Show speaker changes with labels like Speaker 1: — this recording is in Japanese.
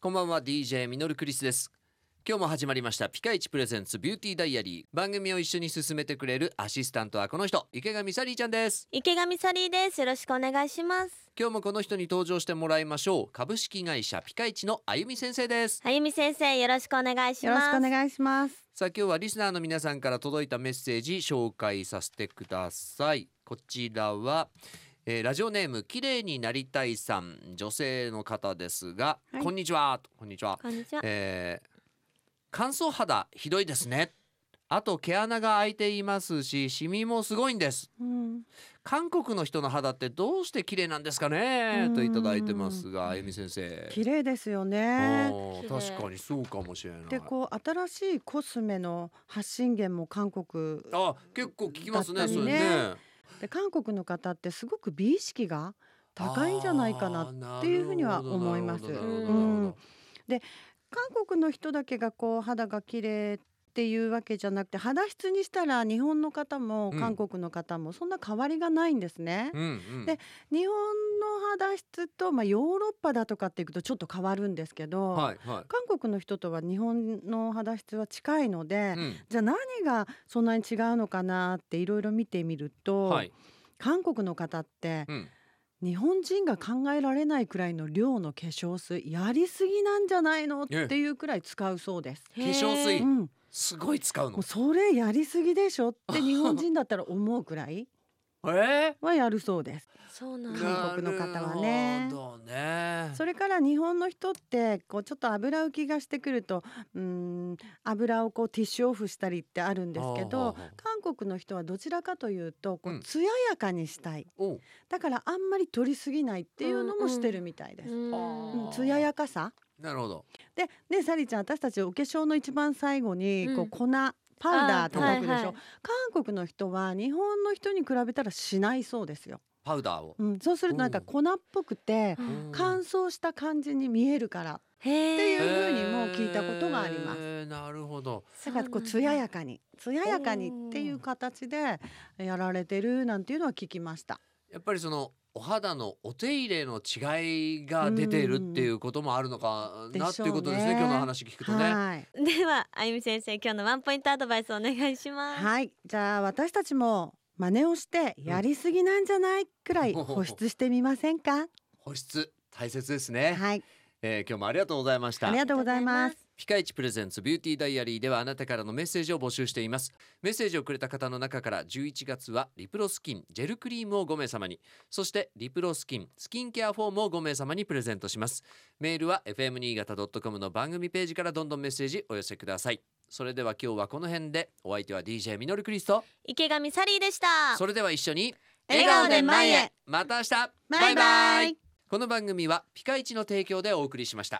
Speaker 1: こんばんは DJ ミノルクリスです今日も始まりましたピカイチプレゼンツビューティーダイアリー番組を一緒に進めてくれるアシスタントはこの人池上サリーちゃんです
Speaker 2: 池上サリーですよろしくお願いします
Speaker 1: 今日もこの人に登場してもらいましょう株式会社ピカイチのあゆみ先生です
Speaker 2: あゆみ先生よろしくお願いし
Speaker 3: よろ
Speaker 2: ます
Speaker 3: しくお願いします。
Speaker 1: さあ今日はリスナーの皆さんから届いたメッセージ紹介させてくださいこちらは、えーラジオネーム綺麗になりたいさん女性の方ですが、
Speaker 3: はい
Speaker 1: こんにちはこんにちは
Speaker 2: こんにちは
Speaker 1: えー乾燥肌ひどいですねあと毛穴が開いていますしシミもすごいんです
Speaker 3: うん、
Speaker 1: 韓国の人の肌ってどうして綺麗なんですかね
Speaker 3: うん
Speaker 1: といただいてますがあゆみ先生
Speaker 3: 綺麗ですよ
Speaker 1: あ
Speaker 3: ね。
Speaker 1: ー
Speaker 2: 綺麗
Speaker 1: 確かにそうかもしれない
Speaker 3: で、こう新しいコスメの発信源も韓国。
Speaker 1: あ結構聞きますね
Speaker 3: だった
Speaker 1: そ
Speaker 3: り
Speaker 1: れ
Speaker 3: ね
Speaker 1: ね
Speaker 3: で、韓国の方ってすごく美意識が高いんじゃないかな。
Speaker 1: な
Speaker 3: っていうふうには思います
Speaker 1: るほどなるほ
Speaker 2: う
Speaker 1: ど
Speaker 3: ん
Speaker 1: なるほ
Speaker 3: 韓国の人だけがこう肌が綺麗。っていうわけじゃなくて肌質にしたら日本の方も
Speaker 1: うん
Speaker 3: 韓国の方もそんな変わりがないんですね
Speaker 1: ど、うんうん
Speaker 3: で日本の肌質とまあヨーロッパだとかっていくとちょっと変わるんですけど、
Speaker 1: はいは
Speaker 3: 韓国の人とは日本の肌質は近いので、
Speaker 1: い、うん
Speaker 3: じゃあ何がそんなに違うのかなっていろいろ見てみると、
Speaker 1: はい、
Speaker 3: 韓国の方って
Speaker 1: うん、
Speaker 3: 日本人が考えられないくらいの量の化粧水やりすぎなんじゃないのっ
Speaker 1: ええ
Speaker 3: ていうくらい使うそうです。
Speaker 1: 化粧水
Speaker 2: へ
Speaker 3: う
Speaker 2: ー
Speaker 3: ん、も
Speaker 1: すごい使うの
Speaker 3: うそれやりすぎでしょ って日本人だったら思うくらい
Speaker 1: えー
Speaker 3: はやるそうです。
Speaker 2: そうなんだ
Speaker 3: 韓国の方はね
Speaker 1: なるほどね
Speaker 3: それから日本の人ってこうちょっと油浮きがしてくるとうーん油をこうティッシュオフしたりってあるんですけ
Speaker 1: はあは
Speaker 3: ど
Speaker 1: あはあ
Speaker 3: 韓国の人はどちらかというとこ
Speaker 1: うん
Speaker 3: う艶やかにしたい、
Speaker 1: おう
Speaker 3: だからあんまり取りすぎないっていうのもしてるみたいです。
Speaker 2: う
Speaker 3: うん
Speaker 2: ん
Speaker 1: あー
Speaker 3: 艶やかさ
Speaker 1: なるほど
Speaker 3: でねサリーちゃん私たちお化粧の一番最後にこ
Speaker 2: うん
Speaker 3: う粉、パウダー叩くでしょ、
Speaker 2: はいはい
Speaker 3: 韓国の人は日本の人に比べたらしないそうですよ、
Speaker 1: パウダーを、
Speaker 3: うん、そうするとなんか粉っぽくて
Speaker 2: うん
Speaker 3: 乾燥した感じに見えるから
Speaker 2: へ
Speaker 3: って
Speaker 2: え
Speaker 3: いう風にも聞いたことがあります
Speaker 1: えーなるほど
Speaker 3: だからこう艶やかに艶やかにってい
Speaker 1: お
Speaker 3: う
Speaker 1: ー
Speaker 3: 形でやられてるなんていうのは聞きました。
Speaker 1: やっぱりそのお肌のお手入れの違いが出ているっていうこともあるのか
Speaker 3: うん
Speaker 1: なっていうことですね
Speaker 3: でしょうね
Speaker 1: 今日の話聞くとね
Speaker 3: はい。
Speaker 2: ではあゆみ先生今日のワンポイントアドバイスお願いします
Speaker 3: はい、じゃあ私たちも真似をしてやりすぎなんじゃないくらい
Speaker 1: うん
Speaker 3: 保湿してみませんか。
Speaker 1: 保湿大切ですね、
Speaker 3: はい、
Speaker 1: えー今日もありがとうございました
Speaker 3: ありがとうございます。
Speaker 1: ピカイチプレゼンツビューティーダイアリーではあなたからのメッセージを募集していますメッセージをくれた方の中から11月はリプロスキンジェルクリームを5名様にそしてリプロスキンスキンケアフォームを5名様にプレゼントしますメールは fm 新潟 .com の番組ページからどんどんメッセージお寄せくださいそれでは今日はこの辺でお相手は DJ ミノルクリスト
Speaker 2: 池上サリーでした
Speaker 1: それでは一緒に
Speaker 2: 笑顔で前へ
Speaker 1: また明日
Speaker 3: バイバイ
Speaker 1: この番組はピカイチの提供でお送りしました